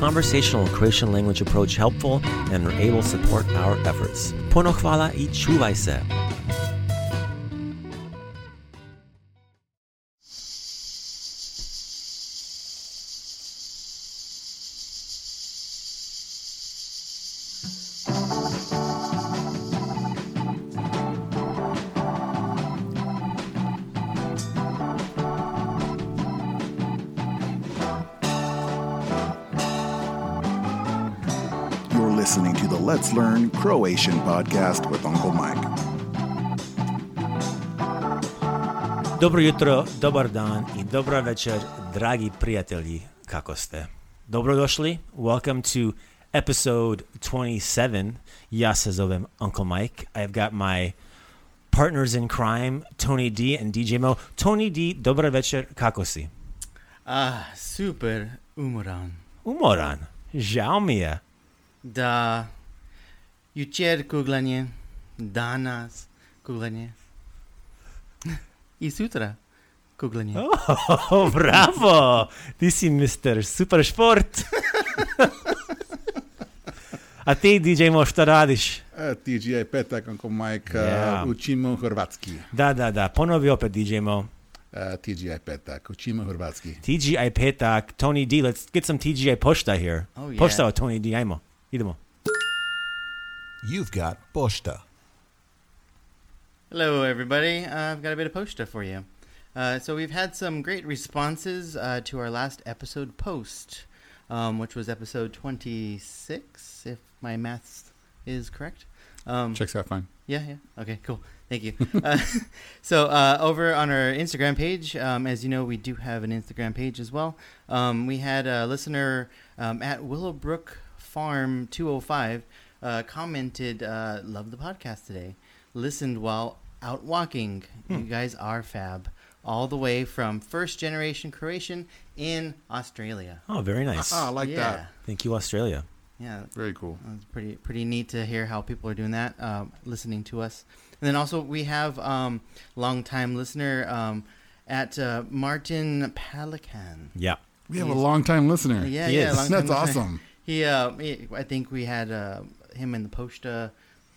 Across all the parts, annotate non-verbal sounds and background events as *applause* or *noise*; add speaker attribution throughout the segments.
Speaker 1: conversational Croatian language approach helpful and are able to support our efforts. Puno hvala i čuvaj se.
Speaker 2: You're listening to the Let's Learn Croatian podcast with Uncle Mike.
Speaker 3: Dobro jutro, dobar dan i dobra večer, dragi prijatelji, kako ste? Dobrodošli, welcome to episode 27. Ja se zovem Uncle Mike. I've got my partners in crime, Tony D and DJ Mo. Tony D, dobra večer, kako si?
Speaker 4: Ah, super umoran.
Speaker 3: Umoran, žao mi je.
Speaker 4: Da jučer kuglanje, danas kuglanje *laughs* i sutra kuglanje.
Speaker 3: Oh, *laughs* bravo! Ti si mister super šport. *laughs* A ti, DJ Mo, šta radiš?
Speaker 5: Uh,
Speaker 6: TGI petak, Uncle Mike,
Speaker 3: Yeah.
Speaker 6: učimo hrvatski.
Speaker 3: Da, da, da, ponovi opet DJ Mo.
Speaker 5: Uh,
Speaker 6: TGI petak, učimo hrvatski.
Speaker 3: TGI petak, Tony D. Let's get some TGI pošta here.
Speaker 4: Oh, yeah.
Speaker 3: Pošta od Tony D. Ajmo, idemo.
Speaker 7: You've got Posta.
Speaker 4: Hello, everybody. Uh, I've got a bit of posta for you. Uh, so we've had some great responses uh, to our last episode post, um, which was episode 26, if my maths is correct. Um,
Speaker 6: Checks out fine.
Speaker 4: yeah, yeah. Okay, cool. Thank you. uh, *laughs* so, uh, over on our Instagram page, um, as you know, we do have an Instagram page as well. Um, we had a listener um, at Willowbrook Farm 205 uh, commented, uh, Love the podcast today. Listened while out walking.
Speaker 6: Hmm.
Speaker 4: You guys are fab. All the way from first generation Croatian in Australia.
Speaker 3: Oh, very nice.
Speaker 6: Ah, I like
Speaker 4: yeah.
Speaker 6: that.
Speaker 3: Thank you, Australia.
Speaker 4: Yeah,
Speaker 6: Very cool.
Speaker 4: it's pretty pretty neat to hear how people are doing that, um, listening to us. And then also we have um, longtime listener um, at uh, Martin Pelican.
Speaker 3: Yeah.
Speaker 6: We have a long time listener.
Speaker 4: Yeah,
Speaker 3: He
Speaker 4: yeah,
Speaker 3: is.
Speaker 4: long-time
Speaker 6: That's
Speaker 4: listener.
Speaker 6: awesome.
Speaker 4: He, uh, he- I think we had uh, him in the Posta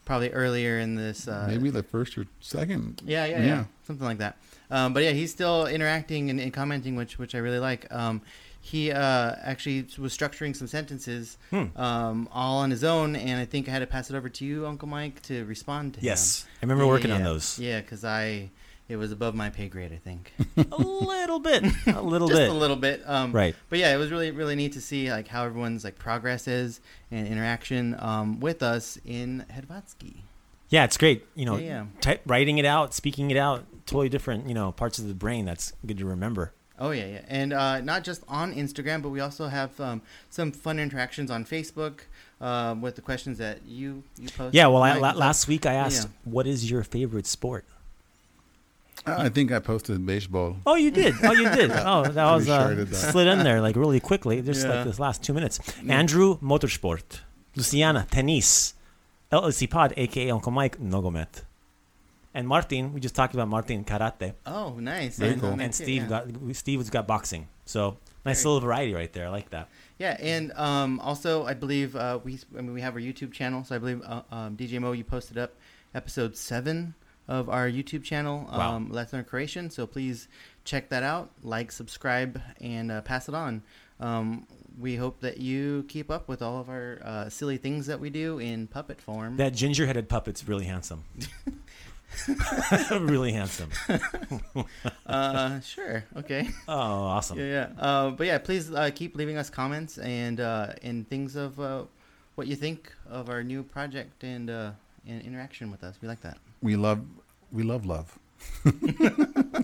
Speaker 4: probably earlier in this. Uh,
Speaker 6: Maybe the first or second.
Speaker 4: Yeah, yeah, yeah, something like that. Um, but yeah, he's still interacting and, and commenting, which which I really like. Um, he uh, actually was structuring some sentences
Speaker 3: Hmm.
Speaker 4: um, all on his own, and I think I had to pass it over to you, Uncle Mike, to respond to him.
Speaker 3: Yes. I remember working on those.
Speaker 4: Yeah, because I it was above my pay grade, I think,
Speaker 3: a little bit, *laughs* a *laughs* little
Speaker 4: just
Speaker 3: bit.
Speaker 4: a little bit. Um,
Speaker 3: Right.
Speaker 4: But yeah, it was really really neat to see like how everyone's like progress is and interaction um, with us in Hedvatsky.
Speaker 3: Yeah, it's great. You know,
Speaker 4: Yeah, yeah.
Speaker 3: type, writing it out, speaking it out, totally different. You know, parts of the brain that's good to remember.
Speaker 4: Oh yeah, yeah, and uh, not just on Instagram, but we also have um, some fun interactions on Facebook uh, with the questions that you you post.
Speaker 3: Yeah. Well, I,
Speaker 4: Mike,
Speaker 3: la-
Speaker 4: is that-
Speaker 3: last week I asked,
Speaker 4: Yeah.
Speaker 3: "What is your favorite sport?"
Speaker 5: I I think I posted baseball.
Speaker 3: Oh, you did. Oh, you
Speaker 5: *laughs*
Speaker 3: did. Oh, that was
Speaker 5: sure I
Speaker 3: uh,
Speaker 5: did that.
Speaker 3: slid in there like really quickly, just
Speaker 4: Yeah.
Speaker 3: like this last two minutes. Andrew Motorsport, Luciana Tennis, LLC Pod, aka Uncle Mike Nogomet, and Martin. We just talked about Martin Karate,
Speaker 4: Oh, nice. I
Speaker 5: Very
Speaker 4: didn't know
Speaker 5: cool.
Speaker 4: that
Speaker 3: and
Speaker 4: too,
Speaker 3: Steve
Speaker 4: yeah.
Speaker 3: got Steve's got boxing. So nice
Speaker 4: Very
Speaker 3: little variety right there. I like that.
Speaker 4: Yeah, and um, also I believe uh, we I mean we have our YouTube channel, so I believe uh, um, DJ Mo you posted up episode seven of our YouTube channel,
Speaker 3: Wow.
Speaker 4: um, Let's Learn Croatian. So please check that out, like, subscribe, and uh, pass it on. Um, we hope that you keep up with all of our uh, silly things that we do in puppet form.
Speaker 3: That ginger-headed puppet's really handsome. *laughs* really handsome.
Speaker 4: uh, sure, okay. *laughs*
Speaker 3: Oh, awesome.
Speaker 4: Yeah, yeah. Uh, but yeah, please uh, keep leaving us comments and uh, and things of uh, what you think of our new project and uh, and interaction with us. We like that.
Speaker 5: We love, we love love.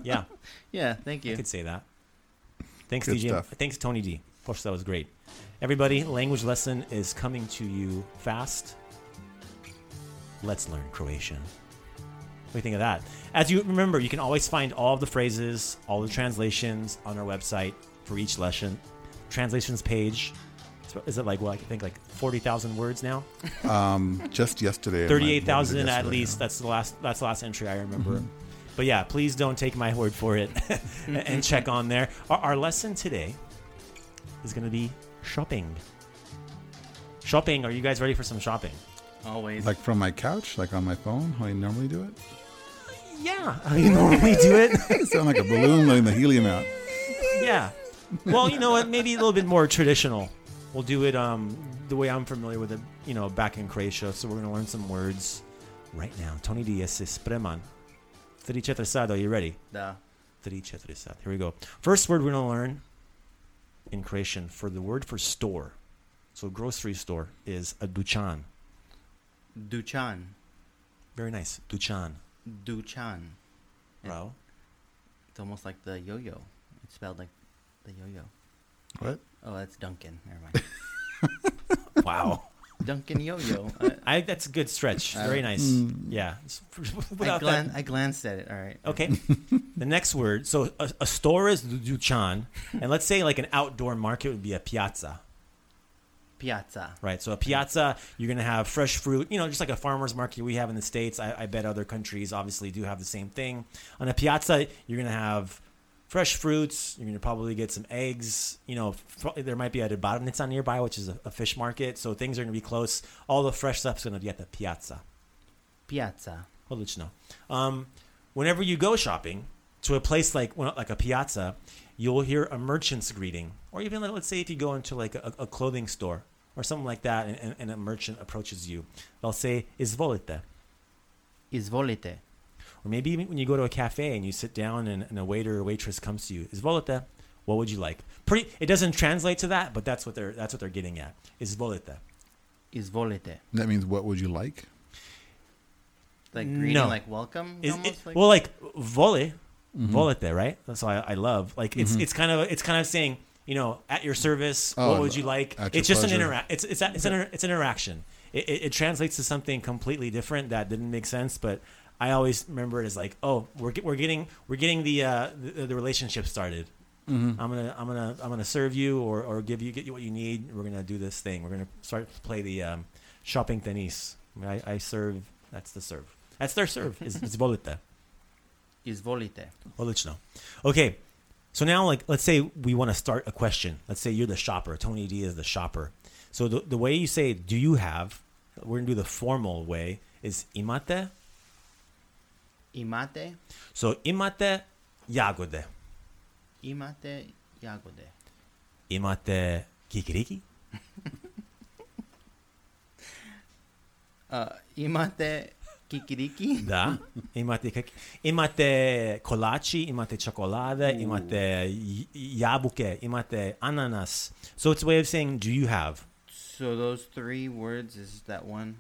Speaker 3: Yeah,
Speaker 4: Yeah, thank
Speaker 3: I
Speaker 4: you.
Speaker 3: could say that. Thanks,
Speaker 5: Good
Speaker 3: DJ.
Speaker 5: stuff.
Speaker 3: Thanks, Tony D. Of course, that was great. Everybody, language lesson is coming to you fast. Let's learn Croatian. What do you think of that? As you remember, you can always find all of the phrases, all the translations on our website for each lesson. Translations page. So Is it like what? I think like forty thousand words now.
Speaker 5: Just yesterday, I might-
Speaker 3: Thirty-eight thousand at
Speaker 5: yesterday,
Speaker 3: least. That's the last. That's the last entry I remember. But yeah, please don't take my word for it, *laughs* and- and check on there. Our, our lesson today is going to be shopping. Shopping. Are you guys ready for some shopping?
Speaker 4: Always.
Speaker 5: Like from my couch, like on my phone, how I normally do it. *laughs*
Speaker 3: Yeah, *laughs* you normally do it.
Speaker 5: I sound like a balloon letting the helium out.
Speaker 3: *laughs* yeah. Well, you know what? Maybe a little bit more traditional. We'll do it um, the way I'm familiar with it, you know, back in Croatia. So we're going to learn some words right now. Tony Diaz is Spreman. Tri četiri sada. Are you ready?
Speaker 4: Duh.
Speaker 3: Tri četiri sada. Here we go. First word we're going to learn in Croatian for the word for store. So grocery store is a dućan.
Speaker 4: Duchan.
Speaker 3: Very nice. Dućan.
Speaker 4: Duchan.
Speaker 3: Bravo.
Speaker 4: It's almost like the yo-yo. It's spelled like the yo-yo.
Speaker 5: What?
Speaker 4: Oh, that's Duncan. Never
Speaker 3: *laughs*
Speaker 4: mind.
Speaker 3: Wow. *laughs*
Speaker 4: Duncan yo-yo. I,
Speaker 3: I, that's a good stretch. Very nice. Yeah. It's-
Speaker 4: I,
Speaker 3: *laughs* Without that-
Speaker 4: glan- I glanced at it. All right.
Speaker 3: Okay. the next word. So a, a store is duchan, and let's say like an outdoor market would be a piazza,
Speaker 4: Piazza.
Speaker 3: right? So a piazza, you're gonna have fresh fruit. You know, just like a farmers market we have in the states. I, I bet other countries obviously do have the same thing. On a piazza, you're gonna have fresh fruits. You're gonna probably get some eggs. You know, fr- there might be a ribarnica nearby, which is a, a fish market. So things are gonna be close. All the fresh stuff's gonna be at the piazza.
Speaker 4: Piazza.
Speaker 3: I'll let you know. Um, whenever you go shopping to a place like well, like a piazza, you'll hear a merchant's greeting, or even like, let's say if you go into like a, a clothing store or something like that, and, and, and a merchant approaches you, they'll say "izvolite,"
Speaker 4: Izvolite.
Speaker 3: or maybe even when you go to a cafe and you sit down and, and a waiter or waitress comes to you, "izvolite," what would you like? Pretty, it doesn't translate to that, but that's what they're that's what they're getting at. "Izvolite."
Speaker 4: Izvolite.
Speaker 5: That means what would you like?
Speaker 4: Like greeting,
Speaker 3: No.
Speaker 4: like welcome.
Speaker 3: is
Speaker 4: almost,
Speaker 3: it, well like volley volete right that's why I, I love like it's it's kind of it's kind of saying you know at your service what
Speaker 5: Oh,
Speaker 3: would you like
Speaker 5: at your
Speaker 3: it's just an
Speaker 5: pleasure.
Speaker 3: interact it's it's, a- it's an inter- it's an interaction it, it, it translates to something completely different that didn't make sense but i always remember it as like oh we're, get, we're getting we're getting the uh the, the relationship started
Speaker 5: Mm-hmm.
Speaker 3: I'm gonna, I'm gonna, I'm gonna serve you or, or give you, get you what you need. We're gonna do this thing. We're gonna start to play the um, shopping tennis. I, I serve. That's the serve. That's their serve. Is is volita.
Speaker 4: Izvolite.
Speaker 3: I'll let you know. Okay, so now like let's say we want to start a question. Let's say you're the shopper. Tony D is the shopper. So the, the way you say "Do you have?" We're gonna do the formal way is imate.
Speaker 4: Imate.
Speaker 3: So imate jagode.
Speaker 4: Imate jagode.
Speaker 3: Imate kikiriki.
Speaker 4: Imate
Speaker 3: *laughs*
Speaker 4: Kikiriki.
Speaker 3: Da, imate, kak, imate kolači, imate čokolade, Ooh. imate j- jabuke, imate ananas. So it's a way of saying, do you have?
Speaker 4: So those three words is that one.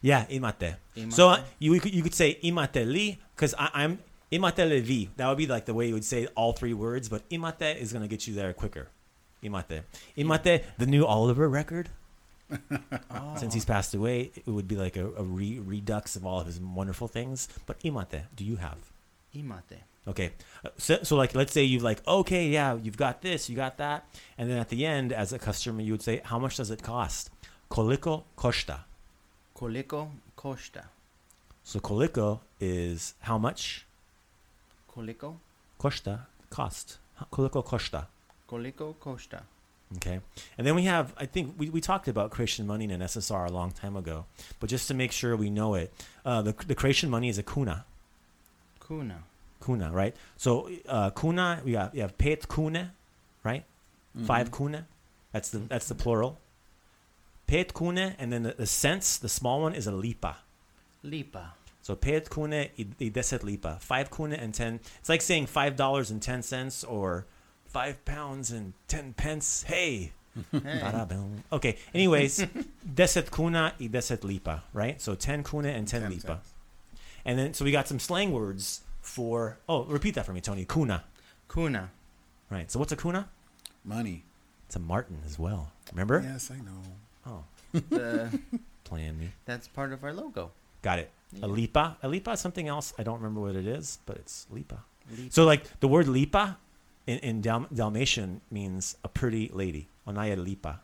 Speaker 3: Yeah, imate. So uh,
Speaker 4: Imate.
Speaker 3: you, you could- you could say imate li because I'm imate levi. That would be like the way you would say all three words, but imate is gonna get you there quicker. Imate, imate, the new Oliver record. Since he's passed away, it would be like a, a re- redux of all of his wonderful things. But imate, do you have?
Speaker 4: Imate.
Speaker 3: Okay, Uh, so, so like let's say you've like okay yeah you've got this you got that, and then at the end as a customer you would say how much does it cost? Koliko kosta?
Speaker 4: Koliko kosta?
Speaker 3: So koliko is how much?
Speaker 4: Koliko?
Speaker 3: Kosta cost. Koliko kosta?
Speaker 4: Koliko kosta?
Speaker 3: Okay. And then we have, I think we, we talked about Croatian money in an SSR a long time ago, but just to make sure we know it, uh, the, the Croatian money is a kuna.
Speaker 4: Kuna.
Speaker 3: Kuna, right? So uh, kuna, we have, you have pet kune, right? Five kuna. That's the, that's the plural. Pet kune, and then the, the cents, the small one is a lipa.
Speaker 4: Lipa.
Speaker 3: So pet kune i i deset lipa. Five kune and ten. It's like saying five dollars and ten cents or five pounds and ten pence. *laughs* Hey. Ba-da-boom. Okay. Anyways, *laughs* deset kuna i deset lipa. Right. So ten kuna and ten, lipa. And then so we got some slang words for. Oh, repeat that for me, Tony. Kuna.
Speaker 4: Kuna.
Speaker 3: Right. So what's a kuna?
Speaker 5: Money.
Speaker 3: It's a martin as well. Remember?
Speaker 5: Yes, I know.
Speaker 3: Oh,
Speaker 4: The,
Speaker 3: playing me.
Speaker 4: that's part of our logo.
Speaker 3: Got it.
Speaker 4: Yeah.
Speaker 3: A lipa. A lipa is something else. I don't remember what it is, but it's lipa.
Speaker 4: Lipa.
Speaker 3: So like the word lipa in, in Dal- Dalmatian means a pretty lady. Onaya lipa.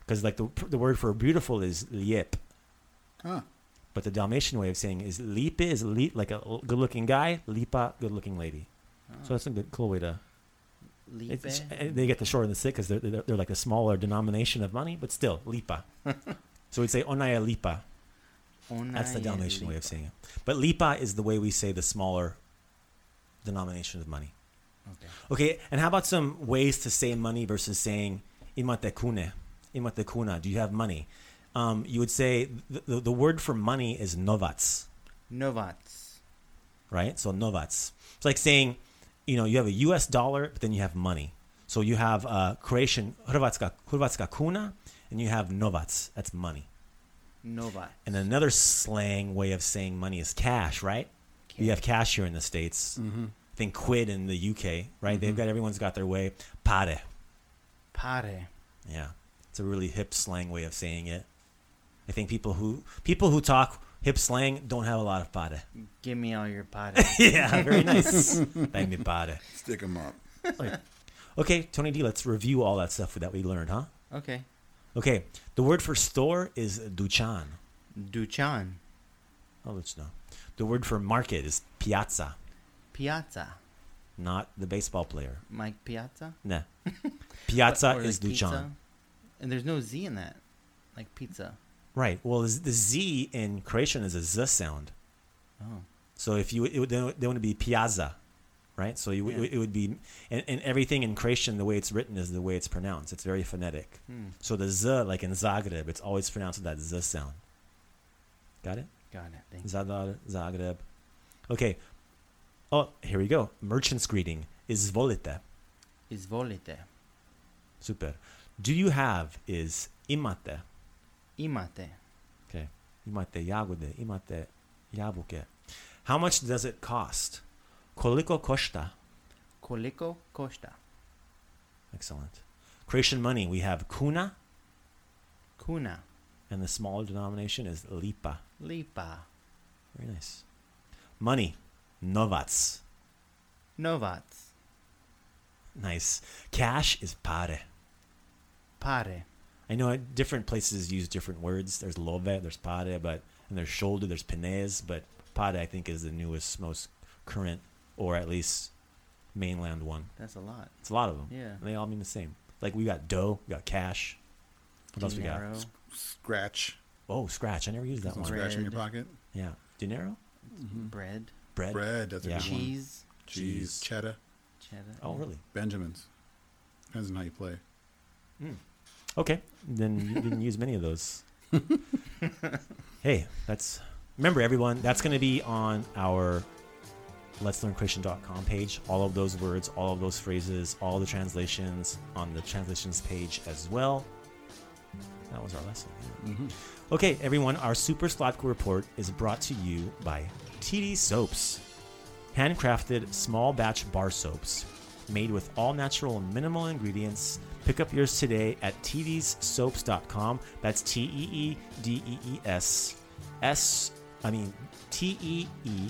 Speaker 3: Because like the, the word for beautiful is liep.
Speaker 5: Huh.
Speaker 3: But the Dalmatian way of saying is lipe is li- like a l- good-looking guy, lipa good-looking lady. So that's a good, cool way to.
Speaker 4: Lipe.
Speaker 3: It's, and they get the short and the sick because they're, they're they're like a smaller denomination of money, but still
Speaker 4: *laughs*
Speaker 3: lipa. so we'd say onaya lipa. That's the
Speaker 4: Onaje
Speaker 3: Dalmatian way of
Speaker 4: lipa.
Speaker 3: saying it. But lipa is the way we say the smaller denomination of money.
Speaker 4: Okay.
Speaker 3: Okay, and how about some ways to say money versus saying imatekune, imatekuna? Do you have money? Um, you would say the, the, the word for money is novats,
Speaker 4: Novats.
Speaker 3: right? So novats. It's like saying, you know, you have a U.S. dollar, but then you have money. So you have uh, Croatian hrvatska, hrvatska kuna, and you have novats. That's money.
Speaker 4: Novat.
Speaker 3: And another slang way of saying money is cash, right? You have cash here in the States. I think quid in the UK, right? They've got everyone's got their way. Pare.
Speaker 4: Pare.
Speaker 3: Yeah. It's a really hip slang way of saying it. I think people who people who talk hip slang don't have a lot of pare. *laughs*
Speaker 4: Give me all your pare.
Speaker 3: Yeah, very nice. Thank me pare.
Speaker 5: Stick them up.
Speaker 3: Okay, Tony D, let's review all that stuff that we learned, huh?
Speaker 4: okay.
Speaker 3: Okay. The word for store is duchan.
Speaker 4: Duchan.
Speaker 3: Oh, let's know. The word for market is piazza,
Speaker 4: Piazza.
Speaker 3: not the baseball player.
Speaker 4: Mike Piazza.
Speaker 3: Nah.
Speaker 4: *laughs*
Speaker 3: Piazza
Speaker 4: Or
Speaker 3: is Duchan.
Speaker 4: like pizza. And there's no Z in that. Like pizza.
Speaker 3: Right. Well, the the Z in Croatian is a Z sound.
Speaker 4: Oh.
Speaker 3: So if you, it would, then it would be piazza, right? So you,
Speaker 4: Yeah.
Speaker 3: it would be, and, and everything in Croatian, the way it's written is the way it's pronounced. It's very phonetic.
Speaker 4: Hmm.
Speaker 3: So the Z, like in Zagreb, it's always pronounced with that Z sound. Got it?
Speaker 4: Got it. Thank you.
Speaker 3: Zadar, Zagreb. Okay. Oh, here we go. Merchant's greeting. is volite.
Speaker 4: Izvolite.
Speaker 3: Super. Do you have is imate.
Speaker 4: Imate.
Speaker 3: Okay. Imate jagode, imate jabuke. How much does it cost? Koliko košta?
Speaker 4: Koliko košta?
Speaker 3: Excellent. Croatian money, we have kuna,
Speaker 4: Kuna.
Speaker 3: and the smaller denomination is lipa.
Speaker 4: Lipa.
Speaker 3: Very nice. Money, novac.
Speaker 4: Novac.
Speaker 3: Nice. Cash is pare.
Speaker 4: Pare.
Speaker 3: I know different places use different words. There's love, there's pare, but and there's shoulder, there's pines, but pare I think is the newest, most current, or at least mainland one.
Speaker 4: That's a lot.
Speaker 3: It's a lot of them.
Speaker 4: Yeah.
Speaker 3: And they all mean the same. Like we got dough, we got cash. What else we got?
Speaker 4: Dinero.
Speaker 5: Scratch.
Speaker 3: Oh, scratch. I never used that
Speaker 5: Some
Speaker 3: one.
Speaker 5: scratch in your
Speaker 4: Bread.
Speaker 5: pocket.
Speaker 3: Yeah. Dinero?
Speaker 4: Bread.
Speaker 3: Bread.
Speaker 5: Bread. That's a
Speaker 3: Yeah.
Speaker 5: good one.
Speaker 4: Cheese.
Speaker 5: Cheese.
Speaker 3: Cheese.
Speaker 5: Cheddar.
Speaker 4: Cheddar.
Speaker 3: Oh, really?
Speaker 5: Benjamins. Depends on how you play.
Speaker 3: Okay. Then you didn't use many of those. hey, that's Remember, everyone, that's going to be on our letslearnchristian.com page. All of those words, all of those phrases, all the translations on the translations page as well. That was our lesson. yeah. Okay, everyone, our Super Slotko report is brought to you by TD Soaps. Handcrafted small batch bar soaps made with all natural and minimal ingredients. Pick up yours today at tdssoaps.com. That's T E E D E E S S I mean T E E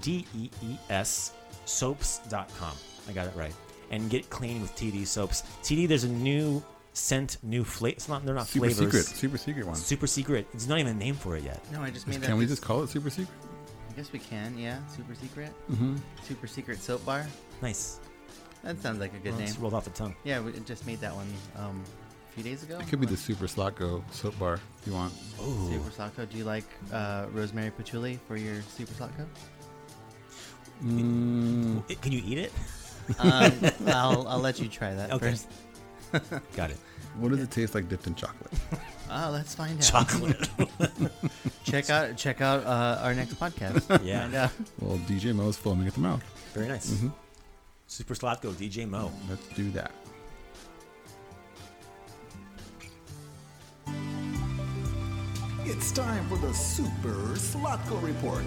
Speaker 3: D E E S soaps.com. I got it right. And get clean with TD soaps. TD, there's a new scent, new flavor. It's not. They're not
Speaker 5: Super
Speaker 3: Uh, flavors.
Speaker 5: secret. Super secret one.
Speaker 3: Super secret. It's not even a name for it yet.
Speaker 4: No, I just made that.
Speaker 5: Can we
Speaker 4: this-
Speaker 5: just call it super secret?
Speaker 4: I guess we can. Yeah, super secret. Super secret soap bar.
Speaker 3: Nice.
Speaker 4: That sounds like a good
Speaker 3: Well,
Speaker 4: name.
Speaker 3: it's rolled off the tongue.
Speaker 4: Yeah, we just made that one um, a few days ago.
Speaker 5: It could be the super slot go soap bar if you want.
Speaker 4: Super Slotco. Do you like uh, rosemary patchouli for your Super Slotco?
Speaker 5: Mm,
Speaker 3: It- can you eat it?
Speaker 4: Um, I'll, I'll let you try that
Speaker 3: Okay.
Speaker 4: first.
Speaker 3: Got it.
Speaker 5: What does it taste like dipped in chocolate?
Speaker 4: Oh, let's find out.
Speaker 3: *laughs* Chocolate.
Speaker 5: *laughs*
Speaker 4: Check out check out uh, our next
Speaker 5: *laughs*
Speaker 4: podcast.
Speaker 3: Yeah.
Speaker 4: Find out.
Speaker 5: well, DJ Mo's foaming at the mouth.
Speaker 3: Very nice.
Speaker 5: Mm-hmm.
Speaker 3: Super Slotko, DJ Mo.
Speaker 5: Let's do that.
Speaker 7: It's time for the Super Slotko Report.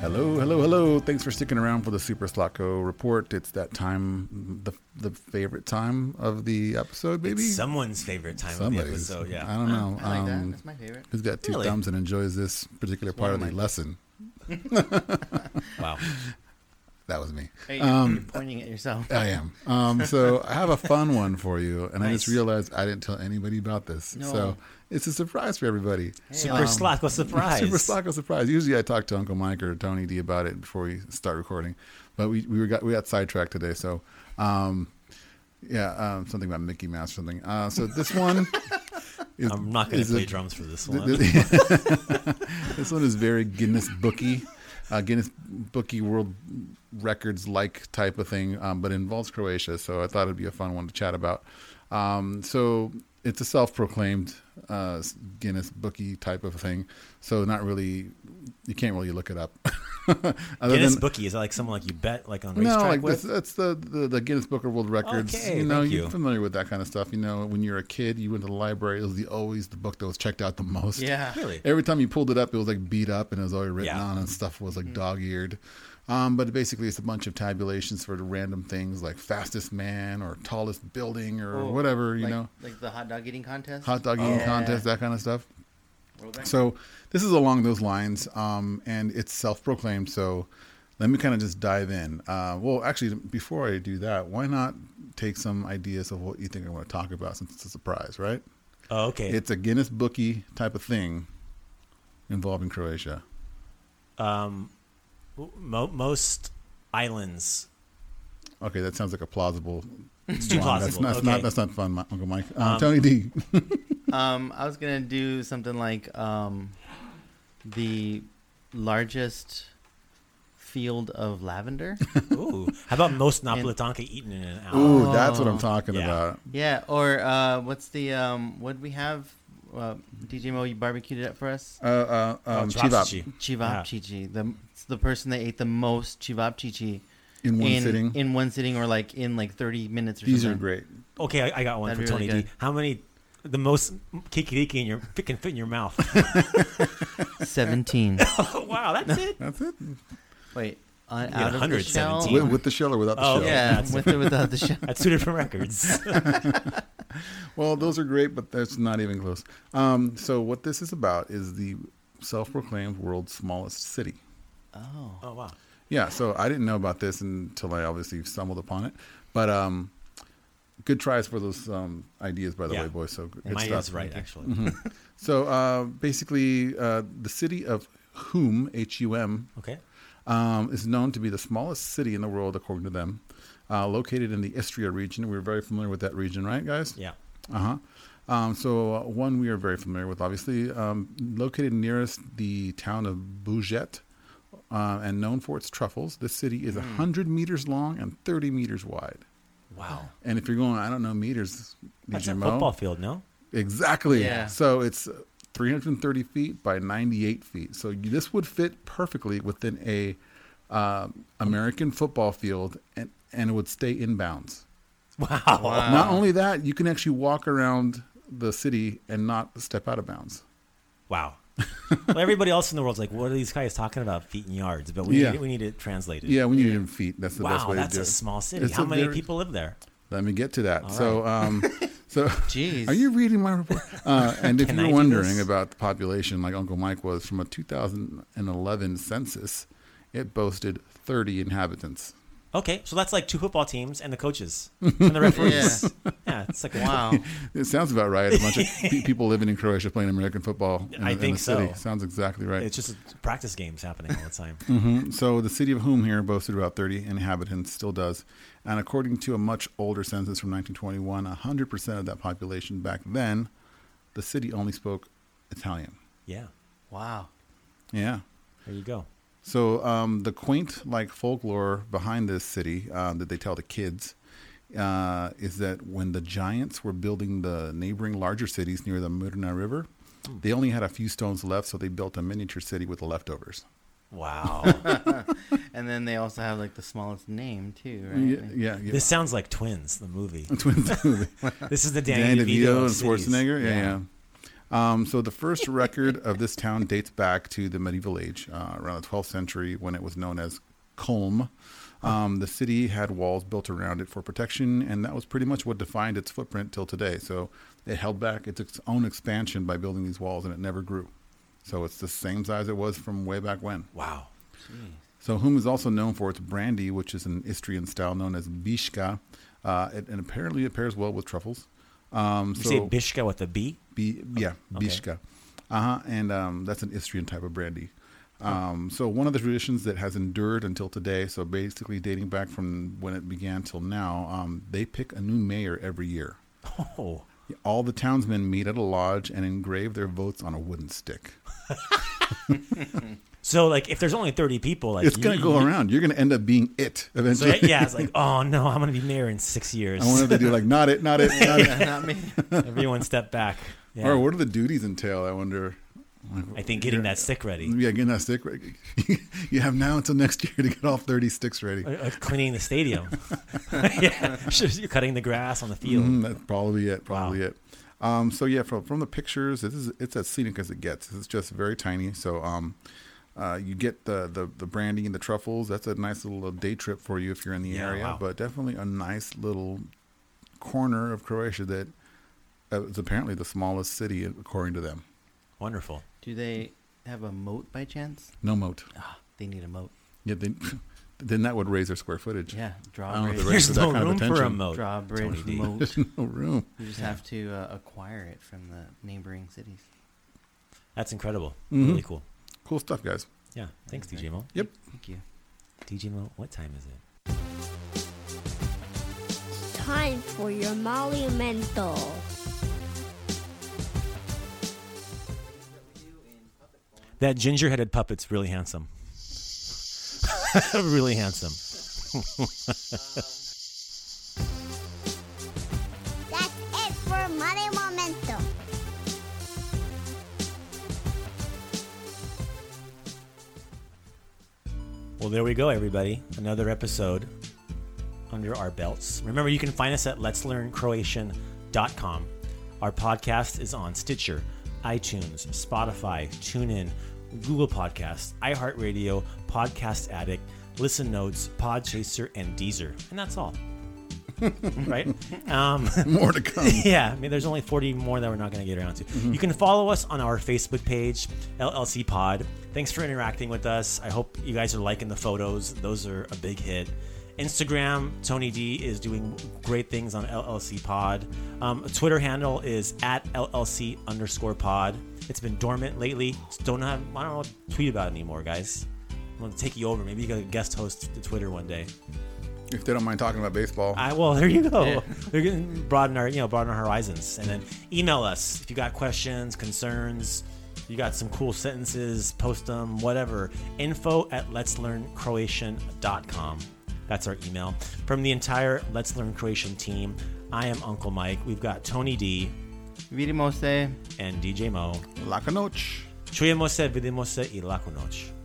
Speaker 5: Hello, hello, hello. Thanks for sticking around for the Super Slotko report. It's that time, the, the favorite time of the episode, baby.
Speaker 3: It's someone's favorite time of the episode.
Speaker 5: I
Speaker 3: Yeah. *laughs*
Speaker 5: don't know.
Speaker 4: I like that.
Speaker 5: um,
Speaker 4: That's my favorite.
Speaker 5: Who's got two
Speaker 3: Really?
Speaker 5: thumbs and enjoys this particular part of the lesson?
Speaker 3: Wow.
Speaker 5: That was me.
Speaker 4: Hey, you're pointing at
Speaker 5: *laughs*
Speaker 4: yourself.
Speaker 5: I am.
Speaker 3: *laughs*
Speaker 5: Um, so I have a fun one for you, and I just
Speaker 3: Nice.
Speaker 5: realized I didn't tell anybody about this.
Speaker 4: No.
Speaker 5: So it's a surprise for everybody.
Speaker 3: Super Slotko surprise.
Speaker 5: um, Super Slacko surprise. Usually I talk to Uncle Mike or Tony D about it before we start recording, but we we were got we got sidetracked today. So, um, yeah, um, something about Mickey Mouse or something. Uh, so
Speaker 3: *laughs*
Speaker 5: this one. is-
Speaker 3: I'm not going
Speaker 5: is
Speaker 3: to
Speaker 5: a-
Speaker 3: play drums for this one. *laughs*
Speaker 5: this one is very Guinness bookie, uh, Guinness bookie World Records like type of thing, um, but involves Croatia. So I thought it'd be a fun one to chat about. Um, so it's a self-proclaimed uh, Guinness bookie type of thing. So not really, you can't really look it up. *laughs* Other
Speaker 3: Guinness
Speaker 5: than-
Speaker 3: Bookie is that like someone like you bet like on
Speaker 5: no,
Speaker 3: racetrack
Speaker 5: like
Speaker 3: with.
Speaker 5: this, that's the, the the Guinness Book of World Records.
Speaker 3: Okay,
Speaker 5: you know,
Speaker 3: thank
Speaker 5: you're
Speaker 3: you.
Speaker 5: familiar with that kind of stuff. You know, when you're a kid, you went to the library. It was the, always the book that was checked out the most.
Speaker 4: Yeah.
Speaker 3: Really?
Speaker 5: Every time you pulled it up, it was like beat up and it was already written
Speaker 3: Yeah.
Speaker 5: on and stuff was like dog eared. Um, but basically, it's a bunch of tabulations for the random things like fastest man or tallest building or whatever, you
Speaker 4: Oh, like,
Speaker 5: know,
Speaker 4: like the hot dog eating contest.
Speaker 5: hot dog eating
Speaker 4: Yeah.
Speaker 5: contest, that kind of stuff.
Speaker 4: World record.
Speaker 5: So this is along those lines, um, and it's self-proclaimed. So let me kind of just dive in. Uh, well, actually, before I do that, why not take some ideas of what you think I want to talk about since it's a surprise, right?
Speaker 3: Oh, okay.
Speaker 5: It's a Guinness bookie type of thing involving Croatia.
Speaker 3: Mo- most islands.
Speaker 5: Okay, that sounds like a plausible. It's
Speaker 3: too
Speaker 5: That's
Speaker 3: plausible.
Speaker 5: not, that's not
Speaker 3: Okay.
Speaker 5: that's not fun, Mi- Uncle Mike. Um, Tony D.
Speaker 4: Um, I was gonna do something like um, the largest field of lavender.
Speaker 5: *laughs*
Speaker 3: Ooh. How about most Napolitanka eaten in an hour?
Speaker 5: Ooh, that's what I'm talking
Speaker 3: oh, Yeah.
Speaker 5: about.
Speaker 4: yeah, or uh, what's the um, what we have? Uh, DJ Mo, you barbecued it up for us.
Speaker 5: Uh, uh,
Speaker 3: Oh,
Speaker 5: um,
Speaker 3: Chivapchichi.
Speaker 5: Chivap
Speaker 3: Yeah.
Speaker 4: Chivap Chichi, the it's the person that ate the most Chivap Chichi
Speaker 5: in one
Speaker 4: in
Speaker 5: sitting.
Speaker 4: in one sitting, or like in like thirty minutes. Or
Speaker 5: These are
Speaker 4: something.
Speaker 5: great.
Speaker 3: Okay, I, I got one
Speaker 4: That'd
Speaker 3: for
Speaker 4: be really
Speaker 3: Tony D.
Speaker 4: good.
Speaker 3: How many? The most kikiriki in your can fit in your
Speaker 5: *laughs*
Speaker 3: mouth. *laughs*
Speaker 4: Seventeen.
Speaker 3: oh, wow, that's
Speaker 5: *laughs*
Speaker 3: it.
Speaker 5: That's it.
Speaker 4: Wait, on,
Speaker 3: get
Speaker 4: out of the shell.
Speaker 3: 117.
Speaker 5: With, with the shell or without the
Speaker 3: Oh,
Speaker 5: shell?
Speaker 3: okay.
Speaker 4: Yeah,
Speaker 3: That's-
Speaker 4: with or without the
Speaker 5: *laughs*
Speaker 4: shell.
Speaker 3: That's two different records. *laughs*
Speaker 5: Well, those are great, but that's not even close. Um, so what this is about is the self-proclaimed world's smallest city.
Speaker 3: oh wow.
Speaker 5: Yeah, so I didn't know about this until I obviously stumbled upon it. But um, good tries for those um, ideas, by the
Speaker 3: Yeah.
Speaker 5: way, boys. So good
Speaker 3: Mine
Speaker 5: stuff.
Speaker 3: is right, actually.
Speaker 5: Mm-hmm. So uh, basically, uh, the city of Hum, H U M,
Speaker 3: Okay.
Speaker 5: um, is known to be the smallest city in the world, according to them, uh, located in the Istria region. We're very familiar with that region, right, guys?
Speaker 3: Yeah.
Speaker 5: Uh huh. Um, so uh, one we are very familiar with, obviously, um, located nearest the town of Bouget, uh, and known for its truffles. This city
Speaker 3: Hmm.
Speaker 5: is a hundred meters long and thirty meters wide.
Speaker 3: Wow.
Speaker 5: And if you're going, I don't know meters.
Speaker 3: That's
Speaker 5: DJ
Speaker 3: a
Speaker 5: Mo. *laughs*
Speaker 3: football field, no?
Speaker 5: Exactly.
Speaker 4: Yeah.
Speaker 5: So it's 330 feet by 98 feet. So you- this would fit perfectly within a um, American football field, and and it would stay in bounds.
Speaker 3: Wow.
Speaker 5: Not only that, you can actually walk around the city and not step out of bounds.
Speaker 3: *laughs* Wow. well, everybody else in the world's like, what are these guys talking about, feet and yards? But we,
Speaker 5: Yeah.
Speaker 3: need, we need it translated.
Speaker 5: Yeah, when you're in feet, that's the best
Speaker 3: Wow,
Speaker 5: way
Speaker 3: that's
Speaker 5: to do
Speaker 3: a
Speaker 5: it.
Speaker 3: small city.
Speaker 5: It's
Speaker 3: How
Speaker 5: a
Speaker 3: many
Speaker 5: very-
Speaker 3: people live there?
Speaker 5: Let me get to that.
Speaker 3: *laughs*
Speaker 5: so, um, so
Speaker 4: Jeez.
Speaker 5: *laughs* are you reading my report? Uh, and
Speaker 3: *laughs*
Speaker 5: if
Speaker 3: Can I
Speaker 5: you're
Speaker 3: do
Speaker 5: wondering
Speaker 3: this?
Speaker 5: about the population, like Uncle Mike was, from a 2011 census, it boasted 30 inhabitants.
Speaker 3: Okay, so that's like two football teams and the
Speaker 5: *laughs*
Speaker 3: coaches and the referees. *laughs* yeah. it's like
Speaker 4: Wow.
Speaker 5: It sounds about right. A bunch
Speaker 3: *laughs*
Speaker 5: of pe- people living in Croatia playing American football. In,
Speaker 3: I
Speaker 5: a- in
Speaker 3: think
Speaker 5: a city.
Speaker 3: so.
Speaker 5: Sounds exactly right. Mm-hmm.
Speaker 3: It's just practice games happening all the time.
Speaker 5: So the city of Hume here boasted about 30 inhabitants, still does. And according to a much older census from 1921, 100% of that population back then, the city only spoke Italian.
Speaker 3: yeah,
Speaker 4: Wow.
Speaker 5: Yeah.
Speaker 3: there you go.
Speaker 5: So um, the quaint, like folklore behind this city uh, that they tell the kids uh, is that when the giants were building the neighboring larger cities near the Murna River, they only had a few stones left, so they built a miniature city with the leftovers.
Speaker 3: Wow.
Speaker 4: And then they also have like the smallest name too, right?
Speaker 5: Yeah, yeah,
Speaker 3: *laughs*
Speaker 5: yeah.
Speaker 3: This sounds like Twins, the movie.
Speaker 5: *laughs* Twins movie.
Speaker 3: *laughs* This is the
Speaker 5: Dan
Speaker 3: Danny,
Speaker 5: DeVito
Speaker 3: of
Speaker 5: and
Speaker 3: cities.
Speaker 5: Schwarzenegger. Yeah, yeah. Um, so the first *laughs* record of this town dates back to the medieval age, uh, around the 12th century, when it was known as Colm. Um, the city had walls built around it for protection, and that was pretty much what defined its footprint till today. So it held back its ex- own expansion by building these walls, and it never grew. So it's the same size it was from way back when.
Speaker 3: Wow.
Speaker 5: So Hum is also known for its brandy, which is an Istrian style known as bishka, uh, it, and apparently it pairs well with truffles. Um,
Speaker 3: You
Speaker 5: so
Speaker 3: say Bishka with a B?
Speaker 5: Bi- yeah,
Speaker 3: Okay.
Speaker 5: bishka. Uh-huh, and um, that's an Istrian type of brandy.
Speaker 3: Oh.
Speaker 5: Um, so one of the traditions that has endured until today, so basically dating back from when it began till now, um, they pick a new mayor every year.
Speaker 3: Oh,
Speaker 5: All the townsmen meet at a lodge and engrave their votes on a wooden stick.
Speaker 3: so like if there's only 30 people, like
Speaker 5: It's going
Speaker 3: you-
Speaker 5: to go around. You're going to end up being it
Speaker 3: So
Speaker 5: eventually.
Speaker 3: yeah, it's like oh no, I'm gonna be mayor in six years.
Speaker 5: *laughs* I wonder if they do like not it, not it, not it.
Speaker 4: *laughs* Not me.
Speaker 3: *laughs* Everyone step
Speaker 5: *laughs*
Speaker 3: back. *laughs* Yeah.
Speaker 5: Or what do the duties entail? I wonder.
Speaker 3: I think getting that stick ready,
Speaker 5: Yeah, getting that stick ready. *laughs* you have now until next year to get all 30 sticks ready.
Speaker 3: Uh, uh, cleaning the stadium, *laughs* yeah, *laughs* Just cutting the grass on the field.
Speaker 5: Mm, that's probably it. Probably
Speaker 3: Wow.
Speaker 5: it. Um, so yeah, from, from the pictures, this is it's as scenic as it gets. It's just very tiny. So um, uh, you get the, the the brandy and the truffles. That's a nice little day trip for you if you're in the
Speaker 3: Yeah,
Speaker 5: area.
Speaker 3: wow.
Speaker 5: But definitely a nice little corner of Croatia that uh, is apparently the smallest city according to them.
Speaker 3: Wonderful.
Speaker 4: Do they have a moat by chance?
Speaker 5: No moat.
Speaker 4: Ah, they need a moat.
Speaker 5: Yeah, they, then *laughs* that would raise their square footage.
Speaker 4: Yeah,
Speaker 5: I don't know if
Speaker 4: drawbridge.
Speaker 5: the rest
Speaker 3: There's
Speaker 5: of that
Speaker 3: no
Speaker 5: kind of
Speaker 3: room for a
Speaker 5: attention.
Speaker 3: moat. Tony
Speaker 4: drawbridge
Speaker 3: D.
Speaker 4: moat.
Speaker 5: *laughs* *laughs* There's no room.
Speaker 4: You just have to uh, acquire it from the neighboring cities.
Speaker 3: That's incredible.
Speaker 5: Mhm.
Speaker 3: Really cool.
Speaker 5: Cool stuff, guys.
Speaker 3: Yeah. Thanks, DJ Mo. *laughs*
Speaker 5: Yep.
Speaker 4: Thank you.
Speaker 3: DJ Mo, what time is it?
Speaker 8: Time for your monumental.
Speaker 3: That ginger-headed puppet's really handsome. *laughs* really handsome.
Speaker 8: That's it for monumental.
Speaker 3: Well, there we go, everybody. Another episode under our belts. Remember, you can find us at Let's Learn Croatian.com. Our podcast is on Stitcher, iTunes, Spotify, TuneIn, Google Podcasts, iHeartRadio, Podcast Addict, Listen Notes, Podchaser, and Deezer. And that's all. *laughs* right? Um,
Speaker 5: More to come.
Speaker 3: *laughs* yeah, I mean, there's only 40 more that we're not going to get around to. You can follow us on our Facebook page, LLC Pod. Thanks for interacting with us. I hope you guys are liking the photos, those are a big hit. Instagram, Tony D is doing great things on LLC Pod. Um, Twitter handle is at LLC underscore pod. It's been dormant lately. Just don't have, I don't know what to tweet about anymore, guys. I'm going to take you over. Maybe you can guest host the Twitter one day.
Speaker 5: If they don't mind talking about baseball.
Speaker 3: I well, there you go. *laughs* They're going to broaden our you know broaden our horizons, and then email us if you got questions, concerns. You got some cool sentences, post them, whatever. Info at let's learn croatian.com. That's our email. From the entire Let's Learn Croatian team, I am Uncle Mike. We've got Tony D,
Speaker 4: Vidimo se.
Speaker 3: and DJ Mo.
Speaker 5: Laka noć.
Speaker 3: Čujemo se, vidimo se i laku noć.